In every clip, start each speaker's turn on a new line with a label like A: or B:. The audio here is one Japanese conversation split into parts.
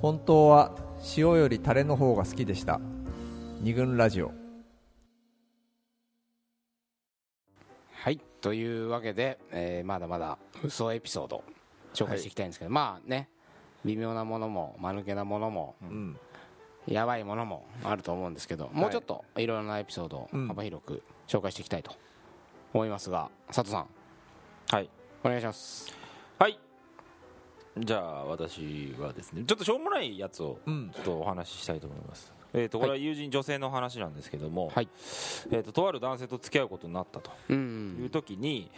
A: 本当は塩よりタレの方が好きでした二軍ラジオ
B: はいというわけで、えーまだまだ嘘エピソード紹介していきたいんですけど、まあね微妙なものも間抜けなものも、
A: ん
B: やばいものもあると思うんですけど、もうちょっといろいろなエピソード
A: うん
B: を幅広く紹介していきたいと思いますが佐藤さん
C: はい
B: お願いします
C: はいじゃあ私はですねちょっとしょうもないやつを
A: うん
C: ちょっとお話ししたいと思います、えー、とこれは友人女性の話なんですけども、
B: はい
C: えー、ととある男性と付き合うことになったと
B: うん
C: いう時に、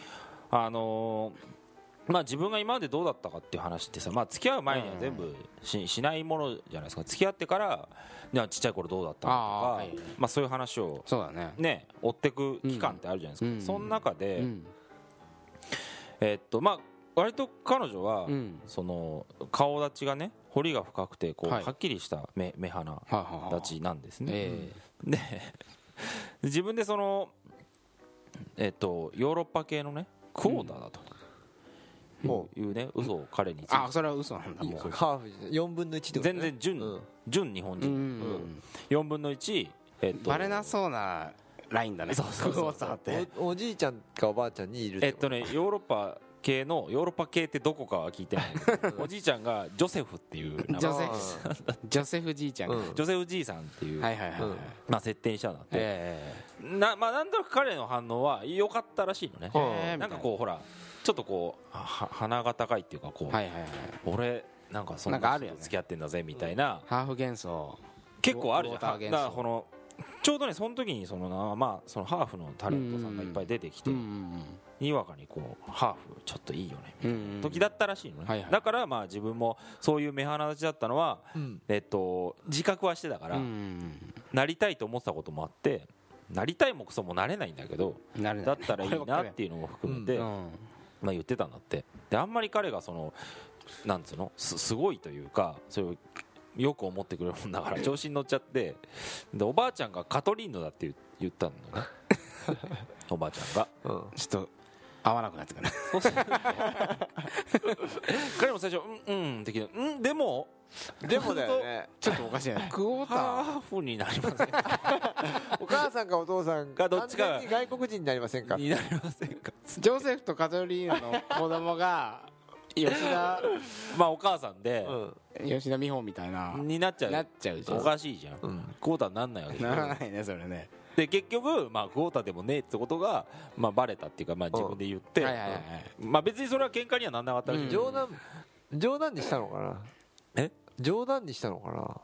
C: あのーまあ、自分が今までどうだったかっていう話ってさ、まあ、付き合う前には全部し,、しないものじゃないですか付き合ってからいやちっちゃい頃どうだったかとか
B: あーはい
C: まあ、そういう話を、
B: そうだね
C: ね、追ってく期間ってあるじゃないですか、
B: うん
C: その中で、
B: うん
C: えーっとまあ、割と彼女は、
B: うん
C: その顔立ちがね彫りが深くてこう、
B: は
C: はいっきりした目目鼻
B: はあはあはあ
C: 立ちなんですね、
B: え
C: で自分でそのえっとヨーロッパ系のねクォーターだと、
A: も
C: いうね嘘を彼について
B: ー、あそれは嘘なんだ
A: う
B: もう
A: ハーフ4分の1ってこと
C: 全
A: ね
C: 然純、
A: うん
C: 純日本
B: う
C: 人、
B: ん
C: 4分の1、えっと、
B: バレなそうなラインだね
C: そうそうそう
B: クォーターって
A: おおじいちゃんかおばあちゃんにいる
C: えっ
A: こと
C: ねヨーロッパ系のヨーロッパ系ってどこかは聞いてないんですけ どおじいちゃんがジョセフっていう名前
B: ジョ
A: あ
B: セ
A: ー
B: ジョセフじいちゃんが、
A: うん
C: ジョセフじいさんっていう、
B: はいはいはい、はい
A: うん
C: まあ、設定にしたんだって、
B: え
C: なまあ、なんとなく彼の反応は良かったらしいのね、
B: えええ
C: なんかこうほらちょっとこうはは鼻が高いっていうかこう、
B: はいはいはい
C: 俺なんかそん
B: なんか
C: な
B: あるよ
C: 人
B: ね
C: と付き合ってんだぜみたいな、
B: ハーフ幻想
C: 結構あるじゃん
B: ウォーター現
C: だ
B: 象
C: からこのちょうどねその時にそのなまあそのハーフのタレントさんがいっぱい出てきて、
B: うん
C: にわかにこうハーフちょっといいよね
B: うんうん
C: 時だったらしいのね、
B: はいはい
C: だからまあ自分もそういう目鼻立ちだったのは、
A: うん
C: えっと、自覚はしてたから、
B: うんうん
C: なりたいと思ってたこともあってなりたいもクソもなれないんだけど
B: うんなるね
C: だったらいいなっていうのも含めて、
B: うん
C: まあ、言ってたんだってであんまり彼がそのなんつうのすすごいというかそれをよく思ってくれるもんだから調子に乗っちゃってでおばあちゃんがカトリーヌだって言言ったのねおばあちゃんが
A: うん
B: ちょっと合わなくなってく る
C: そうすると彼も最初「うんうん」って聞いて「うんでも
A: でもだよね
B: ちょっとおかしいねクォーター
C: ハーフになりませんか
A: お母さんかお父さん
C: がどっちか
A: 完全に外国人になりませんか
C: になりませんか
B: ジョセフとカトリーヌの子供 が吉田
C: まあお母さんで、
A: うん
B: 吉田美穂みたいな
C: になっちゃう
B: なっちゃうじゃん
C: おかしいじゃん、
A: うん
C: クォーターになんないわけじゃ
B: なんらないねそれね
C: で結局、まあ、クォーターでもねえってことが、まあ、バレたっていうか、まあ、自分で言って、
B: はいはいはいはい
C: まあ、別にそれは喧嘩にはなんなかったらしい、
B: うん
A: 冗談冗談にしたのかな
C: え
A: 冗談にしたのかな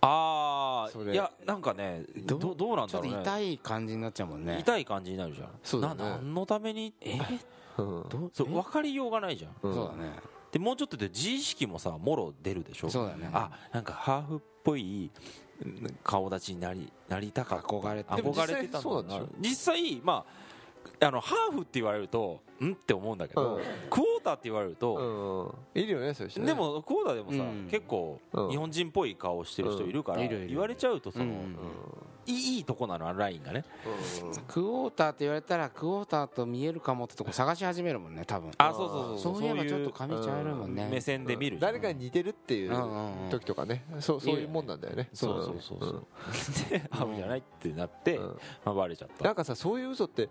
C: あ
A: そ
C: あ
A: れ
C: いやなんかねどどうなん
B: ちょ
C: だ
B: っ
C: ろ
B: と
C: うね
B: 痛い感じになっちゃうもんね
C: 痛い感じになるじゃん
A: そうだね
C: な何のためにえ
A: うん
B: どう
C: そう分かりようがないじゃん、
A: うん
B: そうだね
C: でもうちょっとで自意識もさもろ出るでしょ
B: そうだね
C: あなんかハーフっぽいうん顔立ちになりなりたかった
B: 憧れて
C: 憧れてたんだろう
A: でも
C: な実際まああのハーフって言われるとうんって思うんだけど、
A: うん
C: クォーターって言われると、
A: うんいるよねそういう人ね
C: でもクォーターでもさ、
B: うん
C: 結構
A: うん
C: 日本人っぽい顔してる人いるから、
B: うんいるいるいる
C: 言われちゃうとその、
B: うん
C: いいいいとこなのあのラインがね
A: うん
B: クォーターって言われたらクォーターと見えるかもってとこ探し始めるもんね多分
C: あそうそうそう
B: そういえばちょっと髪茶色いもんね
C: 目線で見るじゃん
A: 誰かに似てるっていう
B: うんうんうん
A: 時とかねそうそういうもんなんだよね
C: そうそうそうそう、で ハーフじゃないってなって、
A: うん
C: まあ、バレちゃっ
A: な
C: た
A: んかさそういう嘘って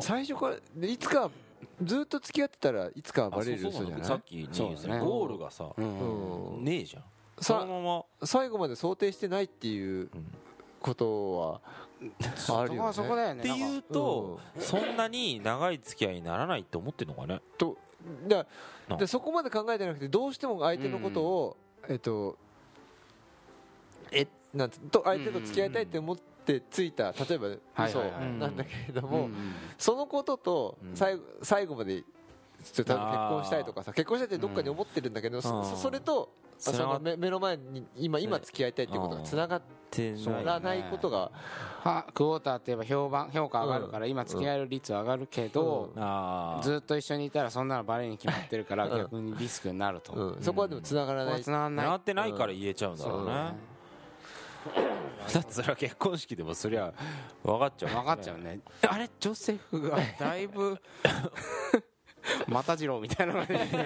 A: 最初からでいつかずっと付き合ってたらいつかは
C: あ
A: バレる
C: そう
A: 嘘
C: そう
A: じゃなんい
C: なださっきに
B: そうだね
C: ゴールがさ、
B: うんうん
A: うん
C: ねえじゃん
A: さ
C: そのまま
A: 最後まで想定してないっていうことはあ
B: そ
A: る
B: こ
A: よ
B: はそこ
A: ね
B: だよね
C: って
B: なん
C: い
B: か
C: うと、そんなに長い付き合いにならないって思ってるのかね
A: とだ
C: な
A: でそこまで考えてなくてどうしても相手のことをえっとえなんてと相手と付き合いたいって思ってついた例えば
B: はい
A: 嘘
B: はいはい
A: なんだけれど
B: うん
A: もそのことと
C: うん
A: 最後最後までちょっと多分
C: あー
A: 結婚したいとかさ結婚したいってどっかに思ってるんだけど
C: う
A: そ
C: ん
A: そそれとそ
C: 繋が
A: の
C: っ
A: 目目の前に今今付き合いたいっていうことがつなが
C: て
A: らないことが
B: はクォーターって言えば評判評価上がるから今付き合える率は上がるけど
C: あー
B: ずっと一緒にいたらそんなのバレに決まってるから逆にリスクになると
A: うんそこはでもつながら
B: ここ
A: な
B: はい繋がんない
C: 狙ってないから言えちゃうんだろうね、 だってそれは結婚式でもそりゃ分かっちゃう
B: 分かっちゃうねあれジョセフがだいぶまた次郎みたいなのが出てきて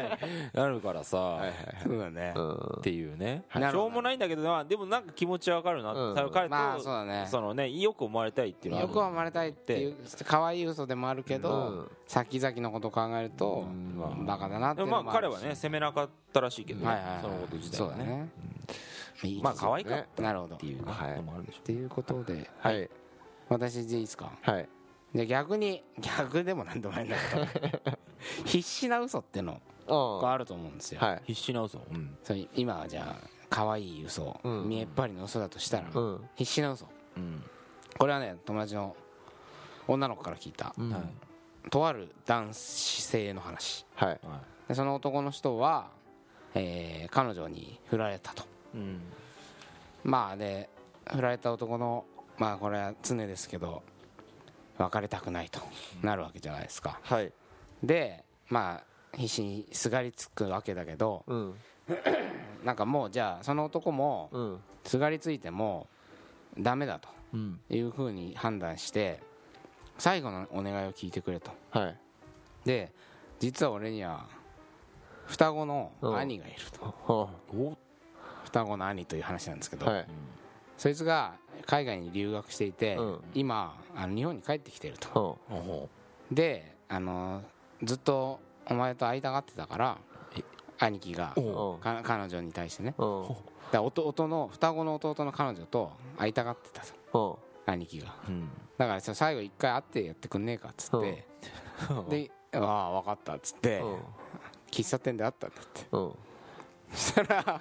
C: なるからさ、
A: はいはい
B: そうだね
A: は
C: っていうね、
B: はい
C: しょうもないんだけどまあでもなんか気持ちはわかるな、
A: うん
C: 彼と、
B: まあそうだね
C: そのねよく思われたいっていうの
B: よくは生まれたいっていう可愛い嘘でもあるけ
A: い。う
B: ど、
A: ん。
B: 先々のことを考えると、
A: うん
C: まあ
B: バカだなって
C: で
B: いう
C: も
B: の
C: ま
B: も
C: あ
B: あ
C: 彼
B: るし
C: はね責めなかったらしいけどね、
B: はいはいはい
C: そのこと自体
B: そう
C: は
B: だ
C: ね
B: ね、いい
C: まあ可愛かっ
B: なるほど
C: たっていうね
A: はい
C: のもあるでしょ
B: っていうことで
A: はい。
B: 私でいいですか
A: はい。
B: じゃあ逆に逆でもなんでもないんだけど 必死な嘘っての
A: うん。
B: が
A: は
B: あると思うんですよ、
A: い。
C: 必死な嘘、うん
B: それ今はじゃあ可愛い嘘、
A: うん
B: 見えっ張りの嘘だとしたら、
A: うん。
B: 必死な嘘
C: うん
B: これはね友達の女の子から聞いた、
A: うん
C: はい
B: とある男子性の話
A: はい。
C: は
B: でその男の人は、えー彼女に振られたと
C: いうん
B: まあで振られた男のまあこれは常ですけど別れたくないとなるわけじゃないですか
A: はい。
B: でまあ必死にすがりつくわけだけど
A: うん。
B: なんかもうじゃあその男も
A: うん。
B: すがりついてもダメだと
A: うん。
B: いうふうに判断して最後のお願いを聞いてくれと
A: はい。
B: で実は俺には双子の兄がいると
A: は
C: お
B: 双子の兄という話なんですけ
A: あ
B: ど、
A: はい。
B: そいつが海外に留学していて、
A: うん
B: 今あの日本に帰ってきてると
A: は
C: お
B: であのずっとお前と会いたがってたから兄貴が
A: あ。うん。
B: か彼女に対してね
A: うん。
B: だから弟の双子の弟の彼女と会いたがってたと
A: うん。
B: 兄貴が
C: うん
B: だからさ最後一回会ってやってくんねえかっつって、で「ああ分かった」っつって、
A: うん。
B: 喫茶店で会ったんだって
A: うん。
B: そしたら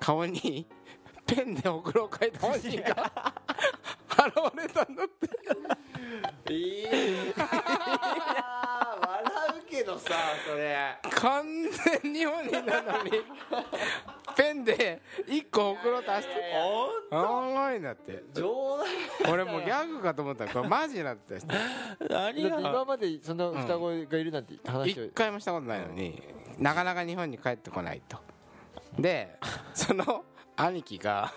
B: 顔にペンでおくろを書いた本人が現れたんだって
A: 笑うけどさ、それ。
B: 完全に本人なのにペンで一個おくろ足しておいんだって
A: 冗談。
B: 俺もうギャグかと思ったらこれマジなって
C: 何
A: だって
C: が
A: 今までそんな双子がいるなんて話を
B: 一。回もしたことないのになかなか日本に帰ってこないとでその兄貴が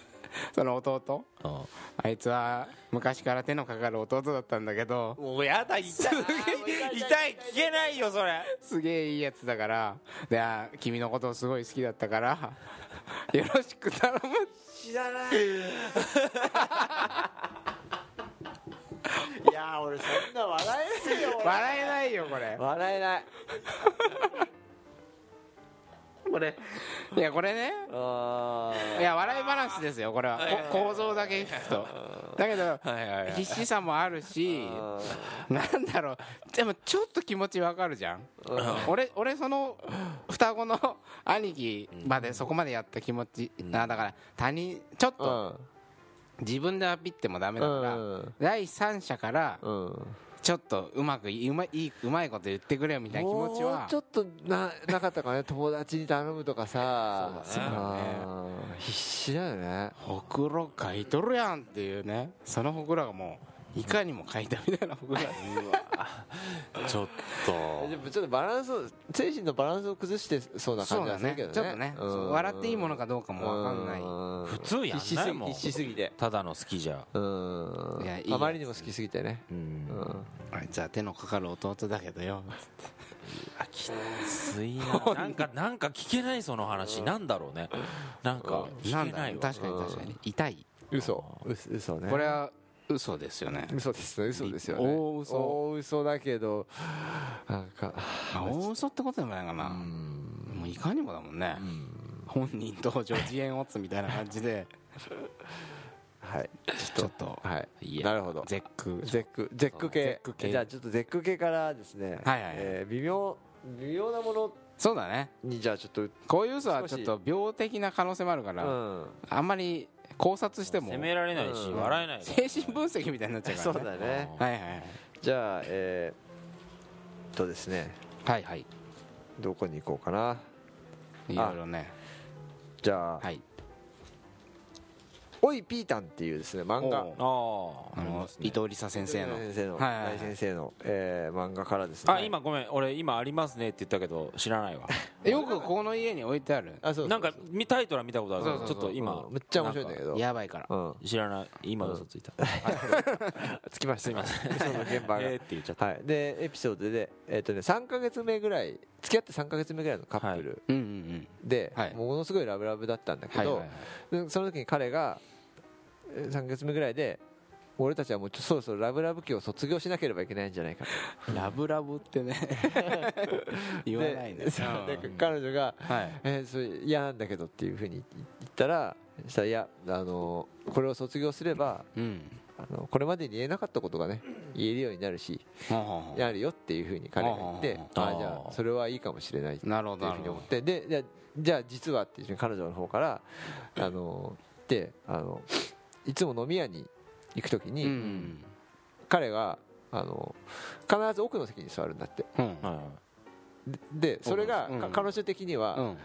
B: その弟
C: うん
B: あいつは昔から手のかかる弟だったんだけど
C: もうやだ痛い痛い聞けないよそれ
B: すげえいいやつだからであ君のことをすごい好きだったから よろしく頼む
A: 知らないいやー俺そんな笑えないよ俺
B: 笑えないよこれ
A: 笑えない
B: これいやこれね
A: あ
B: いや笑い話ですよこれはこ構造だけ聞くとだけど
C: はいはいはい
B: 必死さもあるし なんだろうでもちょっと気持ちわかるじゃん俺俺その双子の 兄貴までそこまでやった気持ちあだから他人ちょっと
A: ー
B: 自分でアピってもダメだから
A: うん
B: 第三者から
A: うんうん
B: ちょっとうまくいうまいいうまいこと言ってくれよみたいな気持ち
A: も
B: は
A: うちょっとななかったかね友達に頼むとかさ
C: そうだ
A: あ
C: ね
A: ー必死だよね
B: ほくろ書いとるやんっていうねそのほくろがもういかにも書いたみたいなほくろだ
C: ちょっ
A: で
C: と
A: もちょっとバランスを精神のバランスを崩してそうな
B: そ
A: 感
B: う
A: じ
B: だ
A: がする
B: ね
A: けどね
B: ちょっとね
A: うん
B: 笑っていいものかどうか
A: う
B: もわかんない
C: 普通やんないもん
A: 必死すぎて
C: ただの好きじゃ
A: うん
B: いやいいやつ
A: あまりにも好きすぎてね
C: うん
A: うん
B: あいつは手のかかる弟だけどよ
C: あきついななんかなんか聞けないその話なんだろうねなんか
B: な
C: 聞
B: ん
C: け
B: だ
C: ない
B: ろう
C: わ
B: 確かに確かに痛い
A: 嘘嘘嘘ね
B: これは嘘ですよね
A: 嘘です嘘ですよね
B: 大嘘
A: 大嘘だけどなんか
B: あ大嘘ってことでもないかなもういかにもだもんね本人登場自演オッズみたいな感じで
A: はい
B: ちょっと
A: はい
C: いや
A: なるほど
B: 絶句
A: ゼックゼック系
B: ゼック系
A: じゃあちょっとゼック系からですね
B: はいはい
A: えー微妙微妙なもの
B: そうだね
A: にじゃあちょっとう
B: こういう嘘はちょっと病的な可能性もあるから、
A: ん
B: あんまり考察しても
C: 責められないし
A: うん
C: 笑えない
B: 精神分析みたいになっちゃうか
A: そう
B: らね
A: だ ね
B: はいはいはい
A: じゃあえーっとですね
B: はいはい
A: どこに行こうかない
B: ろいろね
A: じゃあ
B: はい
A: 「おいピータン」っていうですね漫画
B: おう
C: あ
B: あの伊藤梨沙先生の
A: 先生の
B: はいはいはい
A: 大先生の、えー漫画からですね
C: あ今ごめん俺今ありますねって言ったけど知らな いわ
B: よくこの家に置いてある
A: あそうそう
C: なんかみタイトルは見たことあるけど
B: そう
C: ち
B: そうそ
C: ょっ
B: う
C: と今
A: うんめっちゃ面白いんだけど
B: やばいから
A: うん、
C: 知らない今嘘ついた
A: つきました今その現場が、
C: えーって言っちゃった
A: はい、でエピソードで、えっとね、3か月目ぐらい付き合って3か月目ぐらいのカップル
B: うんうん
A: で、
B: はい
A: ものすごいラブラブだったんだけ
B: うんはい
A: ど、
B: はいはい
A: でその時に彼がえー3か月目ぐらいで俺たちはもうちょそろそろラブラブ期を卒業しなければいけないんじゃないかと
B: ラブラブってね 言わないね
A: でそう
B: うん
A: で彼女が
B: はい
A: 「えーそれ嫌なんだけど」っていうふうに言ったらしたらいやあのこれを卒業すれば
B: うん
A: あのこれまでに言えなかったことがね言えるようになるし
B: ほうほうほう
A: やるよっていうふうに彼が言って
C: あ
A: あ
C: ー
A: あーじゃあそれはいいかもしれないっていう
B: なるほ
A: ふ
B: どな
A: う
B: る
A: に
B: ほ
A: 思ってでじゃあじゃあ実はっていうふうに彼女の方からあのであのいつも飲み屋に行くとき
B: ど
A: に、
B: うん
A: 彼があの必ず奥の席に座るんだって
B: うん
C: はいはい
A: ででそれが、
B: うん
A: か彼女的には、
B: うん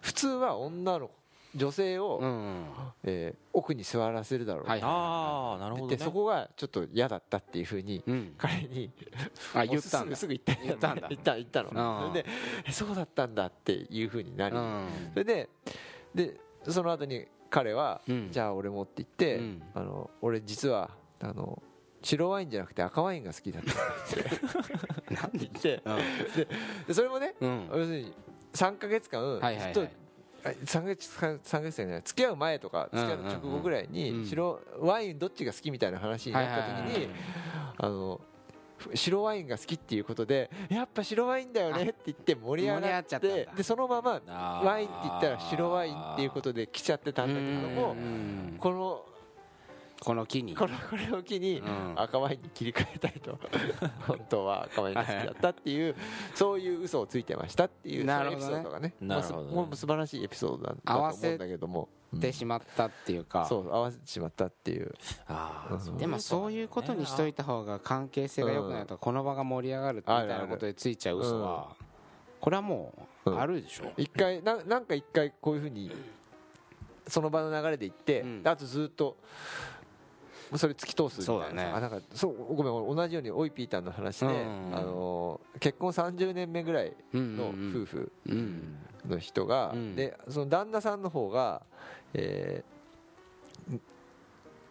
A: 普通は女の女性を、
B: うんは
A: えー奥に座らせるだろう、
B: いはいは
C: ああなるほど、
A: で
C: ね、
A: そこがちょっと嫌だったっていうふうに
B: いうん
A: 彼に
B: あ言ったん
A: もうす
B: だ
A: ぐすぐ言った
B: 言ったんだ
A: 言った言ったの
B: あー
A: それでえそうだったんだっていうふうになり、
B: うん
A: それででその後に彼は、
B: うん
A: じゃあ俺もって言って、
B: うん
A: あの俺実はあの白ワインじゃなくて赤ワインが好きだったって言ってでそれもね
B: うん
A: 要するに3か月間
B: はい
A: ず
B: は
A: っ
B: い
A: と
B: はい
A: あ3ヶ月間3ヶ月間じゃない付き合う前とか
B: うんう
A: 付
B: ん
A: き
B: う
A: 合
B: ん
A: う直後ぐらいうに
B: ん
A: 白ワインどっちが好きみたいな話になった
B: はい
A: 時
B: はい
A: にあのふ白ワインが好きっていうことでやっぱ白ワインだよねって言って盛り上
B: 盛り
A: が
B: 上が
A: っ
B: っちゃったん
A: て
B: だ
A: でそのまま
C: あー
A: ワインって言ったら白ワインっていうことで来ちゃってたんだけれども
B: うん
A: この
B: この木に
A: このこれを機に
B: うん
A: 赤ワインに切り替えたい と本当は赤ワインが好きだったっていうそういう嘘をついてましたっていう
B: な
A: そうい
B: る
A: うエピ
B: ほど
A: ソ
B: ね
A: ードがね
C: なるほどね
A: まあすもう素晴らしいエピソードなんだ
B: 合
A: と
B: わ
A: 思
B: せ
A: うんだけどもうん
B: ってしまったっていうか
A: そう合わせてしまったっていう
C: あー
A: うん
C: そ
B: でもそういうことにしといた方が関係性が良くなるとかこの場が盛り上がるみたいなことでついちゃう嘘はこれはもうあるでしょ
A: 一回ななんか一回こういうふうにその場の流れで行って、
B: うん
A: であとずっとそれ突き通すみたいな
B: そうだね
A: あなんかそうごめん俺同じようにおいピーターの話で、
B: うんうんうん
A: あのー結婚30年目ぐらいの
B: の
A: 夫婦
B: うん
A: の人が、
B: うん
A: でその旦那さんの方が、えーん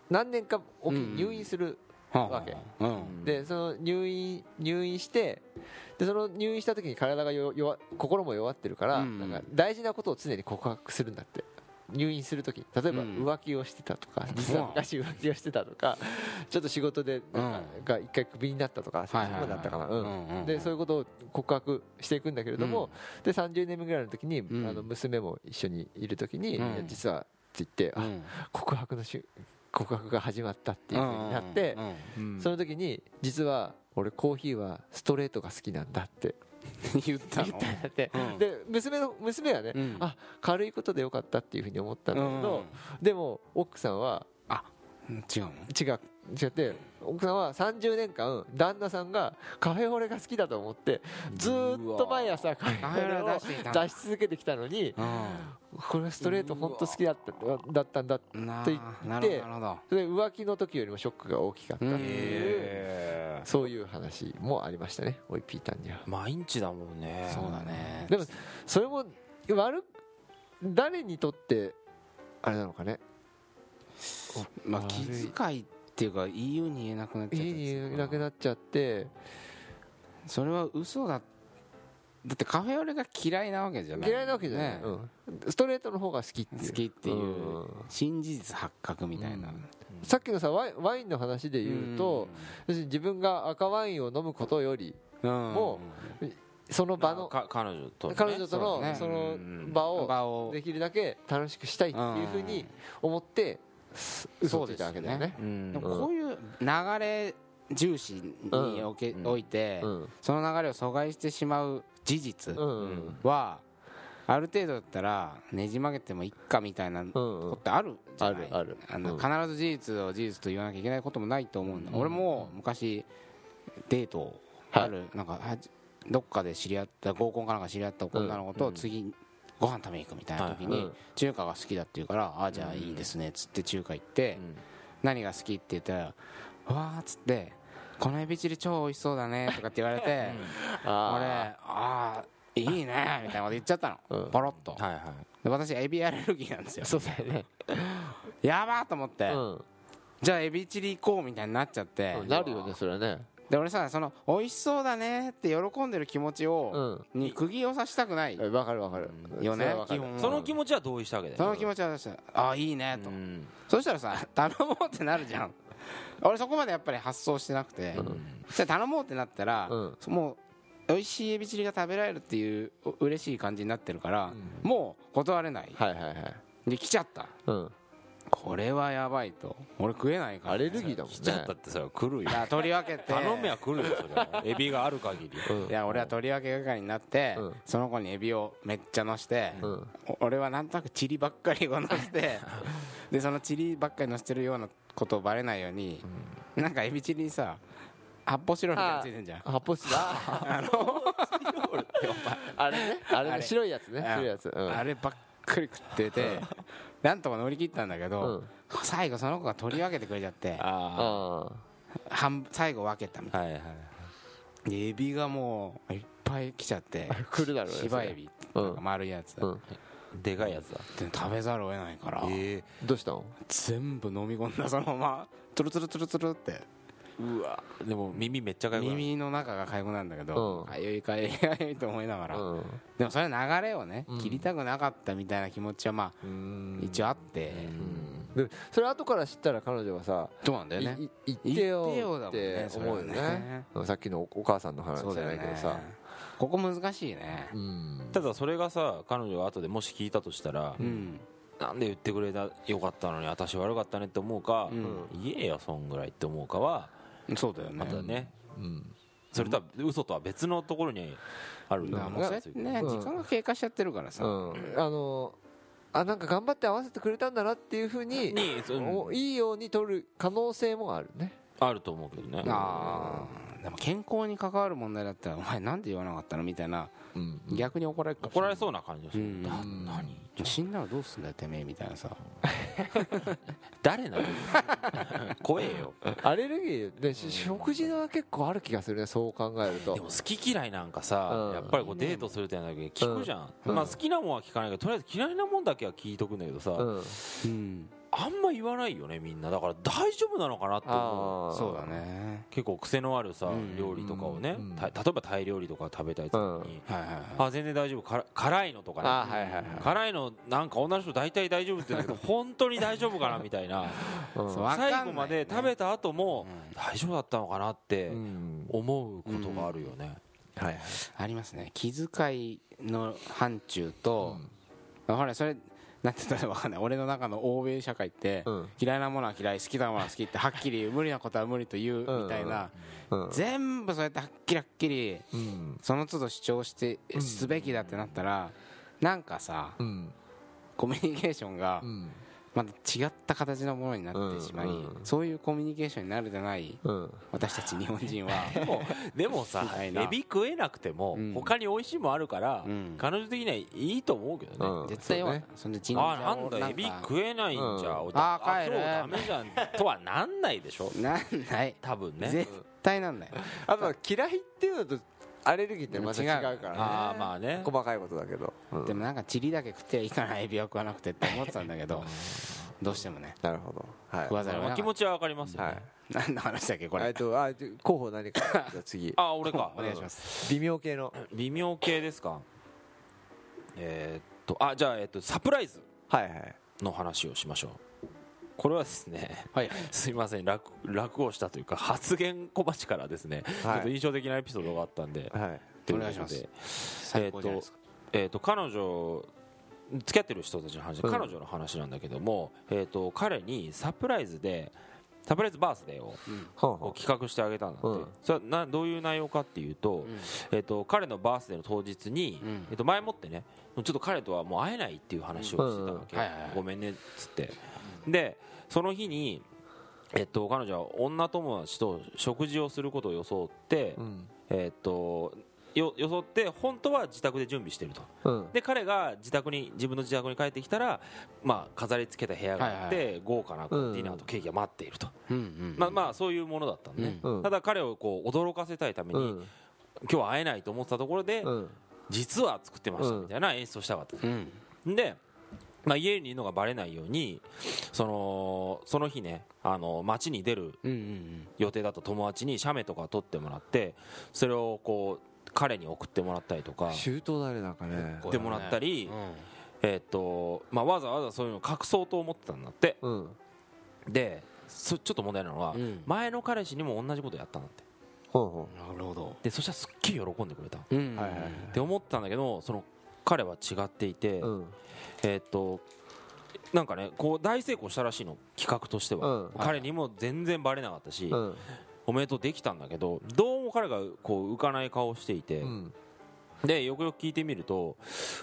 A: 何年かおきに入院する、わけ
B: うん
A: でその入院入院してでその入院した時に体がよ弱心も弱ってるから、
B: うん
A: なんか大事なことを常に告白するんだって入院する時例えば
B: うん
A: 浮気をしてたとか、
B: ん
A: 実は昔浮気をしてたとかちょっと仕事でなんか、
B: う
A: が一回クビになったとかそういうことだったかな、うんでそういううことを告白していくんだけれども、で30年目ぐらいの時に、
B: うん
A: あの娘も一緒にいる時に、
B: うん
A: いや実はって言って、あ告白のしゅ告白が始まったっていうふうになって。
C: うん
A: その時に実は俺コーヒーはストレートが好きなんだって
B: 言ったの
A: 言って、
B: うん
A: で娘の娘はね、
B: うん
A: あ軽いことでよかったっていうふうに思ったんだけど、でも奥さんは
B: うん違うの
A: 違う違って奥さんは30年間旦那さんがカフェオレが好きだと思ってずーっと毎朝カフェオレを
B: していた
A: 出し続けてきたのにこれストレート本当好きだっただったんだ
B: な
A: と言
B: な
A: って
B: るほどなる
A: それで浮気の時よりもショックが大きかったっていう。
C: えー
A: そういう話もありましたね、おいピータンには。
C: 毎日だもんね
B: ほどそうだね
A: でも、それも悪く、誰にとって、あれなのかね、
B: まあ気遣いっていうか EU に言えなくなっちゃった
A: 家にいなく
B: っ
A: なっちゃって、
B: それは嘘だだってカフェオレが嫌いなわけじゃない
A: 嫌いなわけじゃない、
B: ね
A: うんストレートの方が好きっていう。
B: 好きっていうん新事実発覚みたいな、
A: さっきのさワイン、ワインの話で言うと、要するに自分が赤ワインを飲むことより、
B: うん、
A: もその場の、
C: か彼女と、ね、
A: 彼女と
B: そうだ
A: の
B: ね
A: その
C: うん
A: 場
B: うん
A: を
B: 場を
A: できるだけ楽しくしたいっていうふうに思って、嘘をついたわけだよね。
C: うん
B: でもこういう流れ重視におけ、
C: うん
B: おいて、
A: うん
B: その流れを阻害してしまう事実
A: うん
B: は、ある程度だったらねじ曲げてもいっかみたいな
A: う
B: こ
A: んう
B: と
A: ん
B: ってあるじゃ
A: あ
B: ない
A: るある
B: あの
A: うん
B: 必ず事実を事実と言わなきゃいけないこともないと思うんだ、俺も昔デートある、なんかはじどっかで知り合った合コンかなんか知り合った女の子と次ご飯食べに行くみたいな時
A: はい
B: に
A: うん
B: 中華が好きだって言うから「あじゃあいいですね」っつって中華行って何が好きって言ったら「わー」っつって「このエビチリ超美味しそうだね」とかって言われ て俺
A: あ
B: 「あーいいね」みたいなこと言っちゃった
A: う
B: の
A: ん
B: ポロッと
C: はいはい
B: で私エビアレルギーなんですよ
A: あそうだよね
B: やばーと思って
A: うん
B: じゃあエビチリ行こうみたいになっちゃって
A: なるよねそれはね
B: で俺さその美味しそうだねって喜んでる気持ち
A: う
B: を
A: ん
B: に釘を刺したくない
A: えわかるわかる
B: よ
A: それ
B: ね
A: はわか
B: 基
A: る
B: 本は
C: その気持ちは同意したわけで
B: その気持ちは私はああいいねと
C: うん
B: そしたらさ頼もうってなる じゃん俺そこまでやっぱり発想してなくてじゃあ頼もうってなったら
A: うん
B: もう美味しいエビチリが食べられるっていうお嬉しい感じになってるからもう断れない
A: はいはいはい
B: で来ちゃった
A: うん
B: これはやばいと俺食えないから
A: アレルギーだもん
C: 来ちゃったっ
A: ね
C: てそれは来るよ
B: だから取り分けて
C: 頼めは来るよそれはエビがある限り
A: うん
B: いや俺は取り分け係になって、
A: うん
B: その子にエビをめっちゃのして、
A: うん
B: お俺はなんとなくチリばっかりをのして でそのチリばっかりのしてるようなことをバレないように、なんかエビチリにさ発泡スチロールみたいなのついてんじゃん
A: 発泡スチロールあれねあれ
B: あ
A: ね
B: れ
A: 白いやつね
B: うん
A: 白いやつうん
B: あればっかり食っててなんとか乗り切ったんだけ
A: う
B: ど、
A: ん
B: 最後その子が取り分けてくれちゃって
C: あ
A: あ
B: 半分最後分けたみた
C: あはいはい
B: いでエビがもういっぱい来ち ゃって
A: あ来るだろうね
B: 芝エビ
A: う
B: なんか
A: ん
B: 丸いやつ、
A: うん
C: でかいやつだ
B: で食べざるを得ないから、
C: え
A: どうしたの
B: 全部飲み込んだそのままトゥルトゥルトゥルトゥルって
C: えうわでも耳めっちゃかゆくなる
B: 耳の中がかゆくなるんだけど
A: うん
B: かゆいかゆいかゆいと思いな
A: う
B: がら
A: ん
B: でもそれは流れをね
A: うん
B: 切りたくなかったみたいな気持ちはま
A: う
B: あ
A: ん
B: 一応あって
C: うん
A: でそれ後から知ったら彼女はさ
B: どうなんだよね
A: いい言ってよって
B: 言ってよだ
A: 思
B: も
A: うん
B: ね
A: よ
B: それは
A: ね
B: ね
A: うんさっきのおお母さんの話
B: そう
A: じ
B: だ
A: ゃない
B: よ
A: けど
B: ね
A: さ
B: ここ難しいね
A: うん
C: ただそれがさ彼女が後でもし聞いたとしたら
B: うん
C: なんで言ってくれたよかったのに私悪かったねって思うか
B: うん
C: 言えよそんぐらいって思うかは
B: そうだよね
C: またね
A: うん
C: それとは嘘とは別のところにある
B: だからもうそれね
A: うん
B: 時間が経過しちゃってるから
A: う
B: さ
A: んあのあなんか頑張って合わせてくれたんだなっていうふうに
C: にそう
A: おいいように取る可能性もあるね
C: あると思うけどね
B: あーでも健康に関わる問題だったらお前なんで言わなかったのみたいな
A: うん
B: 逆に怒られるかもし
C: 怒
B: れ
C: ら
B: ない
C: れそうな感じがす
B: うん
C: るな何
B: 死んだらどうすんだよてめえみたいなさ
C: 誰なの怖えよ
A: アレルギーでし食事は結構ある気がするねそう考える
C: でも
A: と
C: 好き嫌いなんかさ
A: うん
C: やっぱりこうデートするってなるけど聞くじゃんまあ好きなもんは聞かないけどとりあえず嫌いなもんだけは聞いとくんだけど
A: う
C: さ
A: ん
B: うん
C: あんま言わないよねみんなだから大丈夫なのかなって思う
A: あー
B: そうだね
C: 結構癖のあるさ
B: うん
C: 料理とかをね
A: うん
C: た例えばタイ料理とか食べたい時に
B: はいはいは
C: あ全然大丈夫から辛いのとかね
A: あーはいはいはい
C: 辛いのなんか女の人大体大丈夫って言うんだ けど本当に大丈夫かなみたいな
A: うん
B: いそうわかんない
C: 最後まで食べた後も
B: うん
C: 大丈夫だったのかなって
A: うん
C: 思うことがあるよね
A: はいはい
B: ありますね気遣いの範疇と、ほらそれなんて言ったら分かんない俺の中の欧米社会って、
A: うん
B: 嫌いなものは嫌い好きなものは好きってはっきり無理なことは無理と言うみたいな、
A: うん
B: 全部そうやってはっきりはっきり
A: うん
B: その都度主張してすべきだってなったら、なんかさ
A: うん
B: コミュニケーションが
A: うん
B: また違った形のものになってしまい、
A: うんうん
B: そういうコミュニケーションになるじゃない
A: うん
B: 私たち日本人は
C: でもでもさ
B: みた
C: エ
B: いな
C: ビ食えなくても
B: うん
C: 他に美味しいもんあるから
B: うん
C: 彼女的にはいいと思うけどね
A: うん
B: 絶対
A: そう
B: は
A: ね
B: そんなジンジャ
C: あ
B: ー
C: な
B: を
C: んだエビ
B: なんか
C: 食えないんじゃ
A: うん
C: お
B: あ
C: あ
B: 帰
C: 今
B: る
C: 日ダメじゃんとはなんないで しょ
B: なんない
C: 多分ね
B: 絶対なんだよ
A: あとは嫌いっていうのとアレルギーってまた違うからね
C: ああまあね
A: 細かいことだけど、うん
B: でもなんかチリだけ食っていいからエビは食わなくてって思ってたんだけどどうしてもね
A: なるほどはい
B: 食わざるを
C: まあ
B: 得
C: 気
B: なかっ
C: 持ちはわかりますよ
A: は
C: ね
A: い
B: た何の話だっけこ
A: えっ
B: れ
A: とあじゃあ候補何かじゃあ次
C: あ俺か
B: お願いします
A: 微妙系の
C: 微妙系ですかえーっとあじゃあ、えっと、サプライズ
A: はいはい
C: の話をしましょうこれはですね
B: はい
C: すいません楽楽をしたというか発言小鉢からですね、
A: はい
C: ちょっと印象的なエピソードがあったんで
A: はい
C: と
B: お
C: うことで
B: 願いします最高じゃないですか
C: えーっと彼女付き合ってる人たちの話、
A: うん
C: 彼女の話なんだけども、えーっと彼にサプライズでサプライズバースデー
A: ほ
C: を
A: う
C: こ
A: ほ
C: う企画してあげたんだって、
A: うん
C: それはなどういう内容かっていうと、えっと彼のバースデーの当日に、
B: うん
C: えっと前もってねちょっと彼とはもう会えないっていう話をしてたわけ、
B: うんはいはいはい
C: ごめんねっつってでその日に、えっと彼女は女友達と食事をすることを装って、
A: ううん
C: えっとよ装って本当は自宅で準備してると
A: うん
C: で彼が自宅に自分の自宅に帰ってきたら、まあ、飾り付けた部屋があって、
B: は
C: 豪華なこ
A: うん
C: うディナーとケーキが待っていると、
B: うんうん
C: まあまあそういうものだったんで、ね
A: うん
C: ただ彼をこう驚かせたいために、
A: うん
C: 今日は会えないと思ってたところで、
A: うん
C: 実は作ってましたみたいな演出をしたかった
B: うん
C: で、まあ、家にいるのがバレないようにそのその日ねあの街に出る
B: うんうん
C: 予定だった友達に写メとか撮ってもらってそれをこう彼に送ってもらったりとか、
A: 周到だねなんかね
C: ってもらったり
B: うん
C: えーっとまあ、わざわざそういうのを隠そうと思ってたんだって
A: うん
C: でそちょっと問題なのは、
B: うん
C: 前の彼氏にも同じことやったんだって
A: ほうほ
B: なるほど
C: でそしたらすっきり喜んでくれたっ
B: うん
A: はいはいはい
C: て思ってたんだけどその彼は違っていて、
A: ううん
C: えーっとなんかねこう大成功したらしいの企画としては、
A: うん
C: 彼にも全然バレなかったし、
A: うん
C: おめでとうできたんだけどどうも彼がこう浮かない顔をしていて、
A: うん
C: でよくよく聞いてみると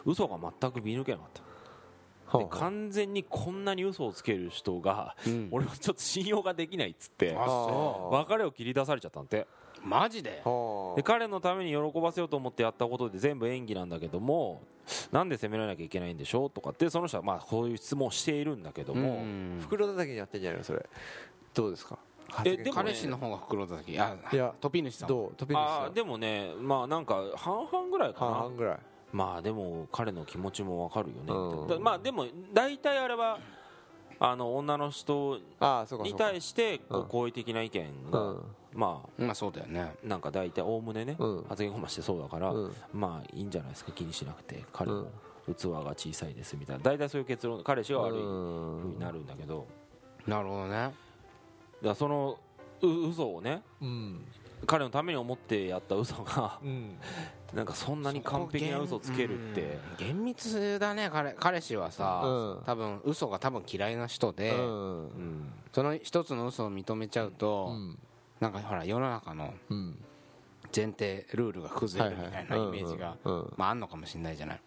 C: 嘘が全く見抜けなかった
A: ほう
C: で
A: ほう
C: 完全にこんなに嘘をつける人が
B: うん
C: 俺はちょっと信用ができないっつって
B: あ
A: そ
C: 別れを切り出されちゃったんで
B: マジで
A: ほう
C: で彼のために喜ばせようと思ってやったことで全部演技なんだけどもなんで責められなきゃいけないんでしょうとかってその人はまあこういう質問をしているんだけども、
B: うん
A: 袋叩きにやってんじゃないのそれどうですか
C: えでもね
B: 彼氏の方が袋叩きあ
A: いや
B: トピー主さん
A: どう飛び出
C: あ
A: した
C: ーでもねまあなんか半々ぐらいかな
A: 半々ぐらい
C: まあでも彼の気持ちもわかるよねみたいな
A: うん
C: だまあでも大体あれはあの女の人
A: ああそうかそ
C: に
A: うか
C: 対してこ
A: う
C: うん好意的な意見
A: う
C: が、
A: ん
C: ま
B: まあそうだよね
C: あなんか大体おおむねね、
A: うん
C: 発言ごましてそうだから、
A: うん
C: まあいいんじゃないですか気にしなくて彼
A: うん
C: も器が小さいですみたいな大体そういう結論彼氏が悪いふうに
A: う
C: なるんだけど
B: なるほどね
C: だからそのう嘘をね
A: ん
C: 彼のために思ってやった嘘が
A: うん
C: なんかそんなに完璧な嘘をつけるって
B: うん厳密だね彼彼氏は
A: う
B: さ
A: ん
B: 多分嘘が多分嫌いな人で
A: うん
C: うん
B: その一つの嘘を認めちゃう
A: う
B: と
A: ん
B: なんかほら世の中の
A: うん
B: 前提ルールが崩れるみたいなイメージが
A: うんうん
B: まああんのかもしれないじゃない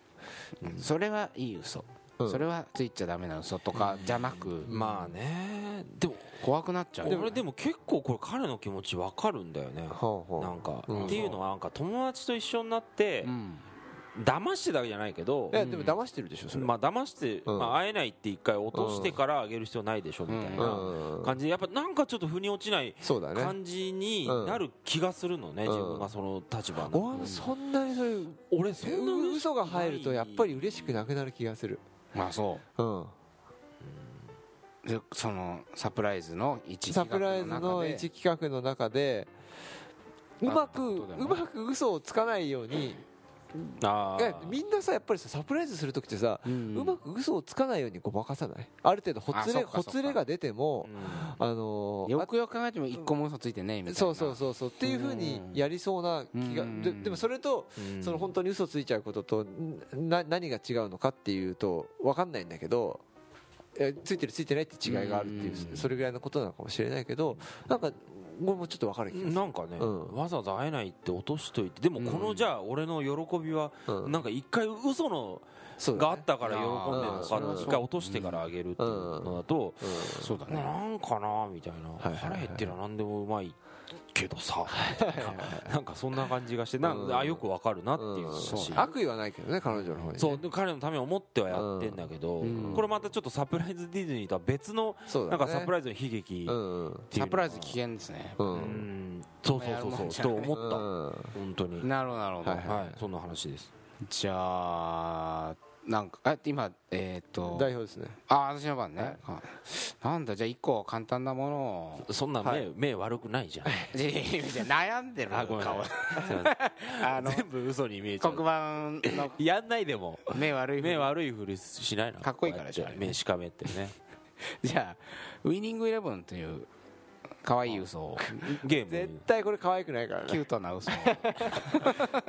B: それはいい嘘
A: うん
B: それはついちゃダメな嘘とかじゃなく
C: まあねでも
B: 怖くなっちゃうよね
C: 俺でも結構これ彼の気持ちわかるんだよね
A: ほうほう
C: なんか、
A: うん
C: っていうのはなんか友達と一緒になって
B: うん
C: 騙してたわけじゃないけど、
A: えでも騙してるでしょそれ
C: まあ騙して、
A: うん
C: まあ、会えないって一回落としてからあげる必要ないでしょみたいな
A: うん
C: 感じでやっぱなんかちょっと腑に落ちない
A: そうだね
C: 感じになる気がするのね、
A: うん
C: 自分がその立場
A: お
C: の、
A: 前もそんなにそういう
C: 俺そんな嬉しくない
A: 嘘が入るとやっぱり嬉しくなくなる気がする
B: まあそ
A: うん
B: うでそのサプライズの一
A: サ
B: 企
A: プライ
B: 画
A: ズ
B: の中
A: の
B: で
A: 一企画の中でうまく
B: あったことでも
A: うまく嘘をつかないように
C: あ
A: えみんなさやっぱりさサプライズする時ってさ
B: う
A: うんまく嘘をつかないようにごまかさないある程度ほつ
B: あそっ
A: れ
B: かそ
A: ほ
B: っか
A: つれが出てもあのー
B: よ
A: あ
B: くよく考えても一個も嘘ついてねえみたいな
A: そうそうそうそうっていうふうにやりそうな気が
B: うん
A: ででもそれとその本当に嘘ついちゃうこととんな何が違うのかっていうと分かんないんだけどえついてるついてないって違いがあるっていううんそれぐらいのことなのかもしれないけどなんか俺もちょっと分かる気が
C: なんかね、
A: うん
C: わざわざ会えないって落としといてでもこのじゃあ俺の喜びは
A: するうん
C: なんか一回嘘の
A: そう
C: が
A: だ
C: あ
A: ね
C: ったから喜んでるのか
A: うん
C: な一回落としてからあげるっていうのだと、
A: うん
B: そうだね
C: なんかなみたいな
A: はいはいはい
C: 腹減ってりゃ何でもうまいけどさなんかそんな感じがしてなん
A: うん
C: あよくわかるなっていう
A: うん
C: し
A: 悪意はないけどね彼女の方にね
C: そうで彼のために思ってはやってんだけど
B: うん
C: これまたちょっとサプライズディズニーとは別の
A: そう
C: な
A: だ
C: んかサプラ
A: イ
C: イズの悲劇
A: う
C: っ
A: んうん
C: ていうのが
B: サプライズ危険ですね
A: う
C: うんんそうそうそうそうと思
A: う
C: った
A: ん
C: 本当に
B: なるほどなるほど、
A: はい
C: はいそんな話です
B: じゃあなんかえ今えっ、と
A: 代表ですね
B: あ私の番ね、あなんだじゃあ一個簡単なもの を
C: そんな
A: は
C: 目
A: い
C: 目悪くないじゃん
B: い やいやいや悩んでる
C: あごめん
B: 顔
C: すいません
B: あの
C: 全部嘘に見えちゃ
B: 黒
C: う
B: 板の
C: やんないでも
B: 目悪い
C: 目悪いふりしないな
B: かっこいいからじゃあ
C: こうやって目しかめって ね
B: じゃあウイニングイレブンという可愛い嘘を
C: ゲーム
A: 絶対これ可愛くないから
B: キュ
A: ね
B: ートな嘘を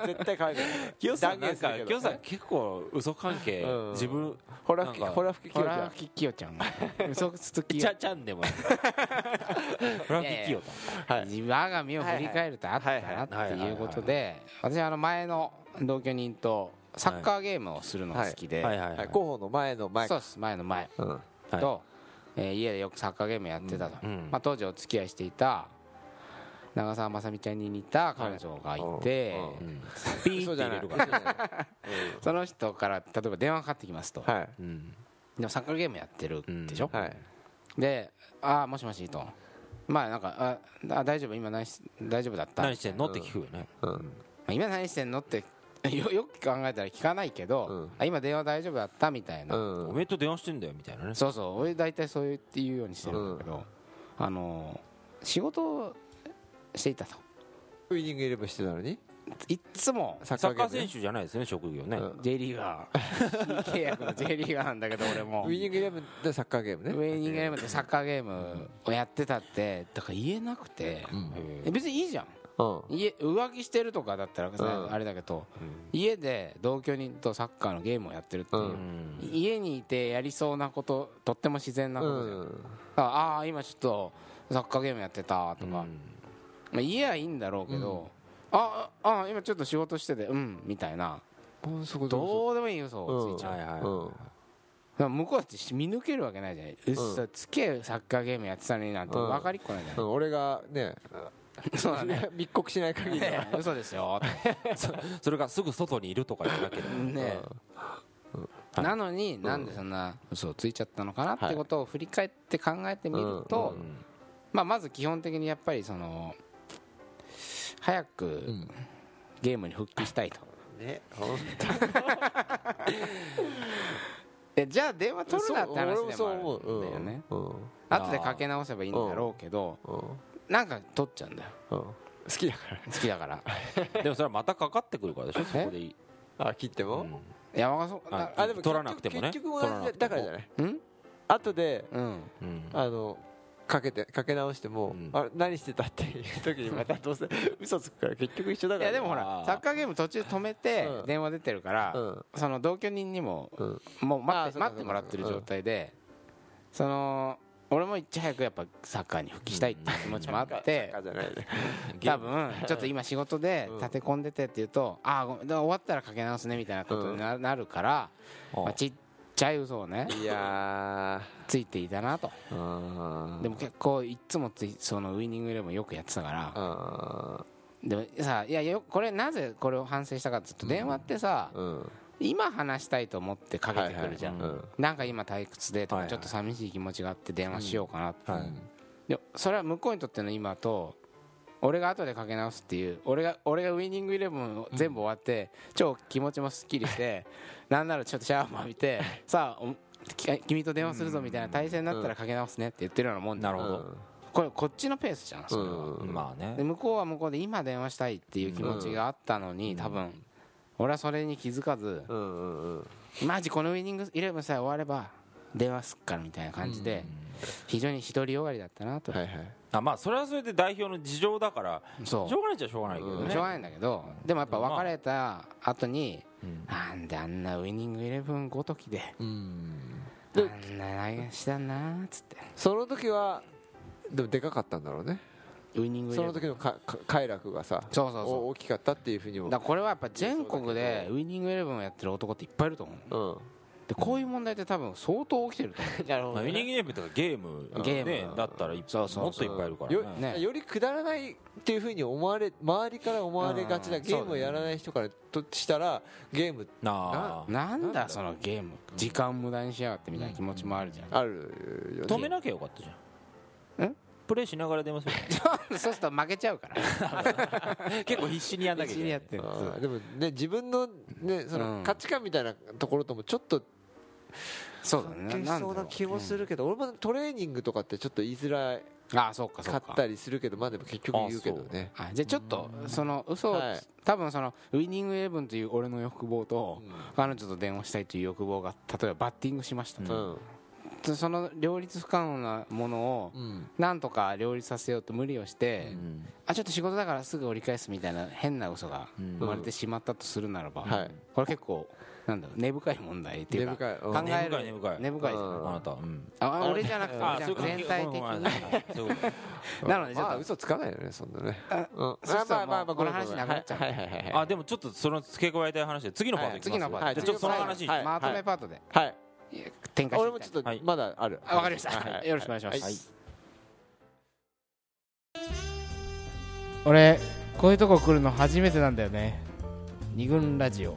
A: 絶対可愛く ない
C: 清さ
A: 断
C: んな
A: 言
C: ん
A: する
C: か
A: けど
C: 清さん結構嘘関係
A: うん
C: 自分
A: ほら吹き
C: なんか
A: ほら吹き
B: ほ
A: 清ちゃ
B: ら
A: ん
B: ききよちゃん嘘つき
C: ち
B: よ
C: ゃちゃんでもある ほら
B: いやいや
C: 清よ
B: 自分我が身を振り返るとあったなっていうことで私あの前の同居人とサッカーゲームをするのが好きで、
C: はいはいは
A: はいい候補の前の前
B: そうです前の前
A: うん
C: はい
B: と、えー家でよくサッカーゲームやってたと、
C: うん
B: まあ、当時お付き合いしていた長澤まさみちゃんに似た彼女がいて、
A: うん
C: ピーって
A: じゃな
C: 入れ
A: い
C: るか
A: そう
C: ら
A: じゃない
B: その人から例えば電話かかってきますと、
A: うんはい
C: うん
B: でもサッカーゲームやってるでしょ、
A: はい
B: で「ああもしもし」と「まあなんかああ大丈夫今何し大丈夫だった」
C: 何してんのって聞くよね
A: うん
B: 「今何してんの?」って よよく考えたら聞かないけど、
A: うん
B: あ今電話大丈夫だったみたいな、
A: うん
C: おめでとう電話してんだよみたいなね
B: そうそう俺大体そう言って言うようにしてるんだけど、あの仕事をしていたと
A: ウイニングイレブンしてたのに
B: いっつも
A: サ
C: サッカー
A: ゲ
C: 選
A: ね
C: 手じゃないですね職業ね
A: うん
B: J リーガー契約の J リーガーなんだけど俺も
A: ウイニングイレブンでサッカーゲーム
B: ウ
A: ね
B: ェイニングゲームってサッカーゲームをやってたってだから言えなくて、
C: へ
B: え別にいいじゃん
A: うん
B: 家浮気してるとかだったらさ、
A: うん
B: あれだけど、家で同居人とサッカーのゲームをやってるっていう、
A: う
C: えうんん
B: 家にいてやりそうなこととっても自然な
A: う
B: ことじゃん、だ
A: ん
B: からああ今ちょっとサッカーゲームやってたとか、まあ、家はいいんだろうけど、あああ今ちょっと仕事しててうんみたいな
A: もうそこで
B: どうでもいい嘘をついちゃう、
C: はいはい
A: うん
B: だから向こうだって見抜けるわけないじゃない嘘つけサッカーゲームやってたのになんて
A: うん
B: 分かりっこないじゃ
A: う
B: ない、
A: ん俺がね
B: そうだね
A: 密告しない限り
B: いや嘘ですよ
C: そ れがすぐ外にいるとかじゃなければ
B: ね
C: うん
B: なのになんでそんな嘘をついちゃったのかなってことを振り返って考えてみると、
A: う
B: まあ、まず基本的にやっぱりその早
A: う
B: く
A: ん
B: ゲームに復帰したいと、
A: ね本
B: でじゃあ電話取るなって話
A: 俺も
B: で
A: そう思
B: も
A: う
B: あるんだよね、
A: うんうん
B: 後でかけ直せばいいんだろうけど
A: うん
B: なんか取っちゃうんだよ
A: うん好きだか
B: 好きだから
C: うんでもそれはまたかかってくるからでしょそこでいい
A: らあ切って
C: う
A: も
C: ん
B: いやわかそう
C: はい
B: な
A: あでも
C: 取らなくてもね
A: 結局
C: 取ら
A: 同
C: なく
A: じ
C: て
A: だ
C: も
A: からじゃない
B: うん
A: 後で
B: うん
C: うん
A: あのかけてかけ直しても、
C: うん
A: あれ何してたっていう時にまたどうせ嘘つくから結局一緒だ
B: い
A: から
B: や
A: ね、
B: でもほら
C: あー
B: サッカーゲーム途中止めて
A: うん
B: 電話出てるから、
A: うん
B: その同居人にも
A: うん
B: もう
A: あ
B: 待
A: あそ
B: って
A: うか
B: 待ってもらってる状態で、その俺もいち早くやっぱサッカーに復帰したいっていう気持ちもあって、
A: じゃないね
C: ゲ
B: 多
C: ーム
B: 分 ちょっと今仕事で
A: うん
B: 立て込んでてって言うと、ああごめんだから終わったらかけ直すねみたいなことにな,、るから、
C: あ
B: まあ、ちっちゃい嘘をね
A: いや
B: ついていたなと
A: ーあー
B: でも結構いっつもついそのウイニングイレブンよくやってたから、
A: あ
B: でもさいやよこれなぜこれを反省したかっていうと電話ってさ、
A: ーうん
B: 今話したいと思ってかけてくるじゃん、
A: はいはいうん
B: なんか今退屈でと
C: はい
B: かちょ
C: はい
B: っと寂しい気持ちがあって電話しようかなって、
C: はい
B: でそれは向こうにとっての今と俺が後でかけ直すっていう俺が俺がウイニングイレブンを全部終わって、超気持ちもすっきりしてなんならちょっとシャワーも浴び てさあおき君と電話するぞみたいな体制になったらかけ直すねって言ってるようなもんじゃ
C: なんるほど
B: これこっちのペースじゃんそれは、
A: うん
C: まあ
B: で
C: ね
B: 向こうは向こうで今電話したいっていう気持ちがあったのに、多分俺はそれに気づかず、
A: うんうんうん
B: マジこのウイニングイレブンさえ終われば電話すっからみたいな感じで、非常に独りよがりだったなと、
A: はいはい
C: あまあそれはそれで代表の事情だから
B: そう
C: しょうがないっちゃしょうがないけど
A: う
C: ね
B: しょうがないんだけど、でもやっぱ別れた後に、
C: うん
B: なんであんなウイニングイレブンごときで、
A: うん
B: あ
A: で
B: んな内容したなーっつって
A: その時はでもでかかったんだろうね
B: ウイニングイ
A: そ
B: レ
A: の
B: ブン
A: 時のかか快楽がさ
B: そうそうそう
A: お大きかったっていうふうにも
B: だからこれはやっぱ全国でウイニングイレブンをやってる男っていっぱいいると思う
A: うん
B: でこういう問題って多分相当起きてると思
A: なるほ
C: まあウイニングゲームとかゲーム
B: ゲーム
C: ねだったらいっ
B: そうそう
C: もっといっぱいいるから
A: よ
C: ね
B: ね
A: よりくだらないっていうふうに思われ周りから思われがちな
B: うん
A: ゲームをやらない人からとしたらゲーム
C: な
B: う
C: あ
B: なんだそのゲーム時間無駄にしやがってみたいな気持ちもあるじゃん
A: あるよね
C: 止めなきゃよかったじゃん
B: ん
C: プレイしながら出ますよ
B: そうすると負けちゃうから
C: 結構必死にやんなきゃい
B: 一
C: け
B: に
C: な
B: やっ
C: い
B: てる
A: あーでもね自分の,、ね、そうの
B: ん
A: 価値観みたいなところともちょっと
B: そうだ
A: 関
B: ね
A: 係し
B: なんだ
A: そう
B: ろ
A: な
B: う
A: 気もするけど、俺もトレーニングとかってちょっと言いづら
B: ああそうかそう
A: か
B: か
A: ったりするけどまあでも結局言うけどね
B: あじゃあちょっとその嘘を
A: はい
B: 多分そのウイニングイレブンという俺の欲望と彼女と電話したいという欲望が例えばバッティングしました
A: う
B: と
A: ん
B: その両立不可能なものを
A: うん
B: なんとか両立させようと無理をして
C: うん
B: あちょっと仕事だからすぐ折り返すみたいな変な嘘が
C: うん
B: 生まれてしまったとするならば
A: はい
B: これ結構なんだろう根深い問題ってい
A: 根
B: うか
A: 深いうん
B: 考え
C: 根深い根
B: る
C: 深い
B: 根深いじゃん
A: うん
C: あなたうん
B: あ俺じゃなくて俺
C: あ
B: じゃ
C: そう
B: なく
C: いうこと
B: て全体的
C: ごめ
B: に
C: んごめんごめんそういうこと
B: なのでちょっ
A: まあ
B: と
A: 嘘つかないよねそんなねうん
B: そしたらもうこの
A: ごめんごめん
B: 話なくなっちゃう
A: はいはいはいはい
C: あでもちょっとその付け加えたい話で次のパートいきます
B: 次のパート
A: はい
C: じゃあちょっとその話に
A: はい
B: まとめパートで
A: はい
B: 展開して
A: 俺
B: いき
A: も
B: たい
A: ちょっとまだある
B: あ わかりまし
A: はいは
B: た
A: い
B: よろしくお願いしま
A: はい
B: す俺こういうとこ来るの初めてなんだよね二軍ラジオ